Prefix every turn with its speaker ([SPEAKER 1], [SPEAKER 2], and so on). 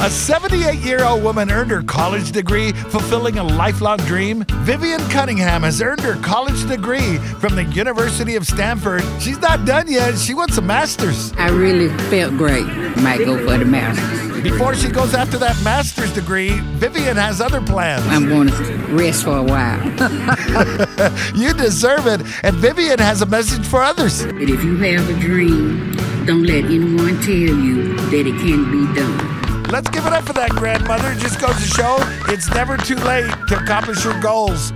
[SPEAKER 1] A 78 year old woman earned her college degree fulfilling a lifelong dream. Vivian Cunningham has earned her college degree from the University of Stanford. She's not done yet, she wants a master's.
[SPEAKER 2] I really felt great. Might go for the master's.
[SPEAKER 1] Before she goes after that master's degree, Vivian has other plans.
[SPEAKER 2] I'm going to rest for a while.
[SPEAKER 1] You deserve it. And Vivian has a message for others.
[SPEAKER 2] but if you have a dream, don't let anyone tell you that it can't be done.
[SPEAKER 1] Let's give it up for that grandmother. It just goes to show it's never too late to accomplish your goals.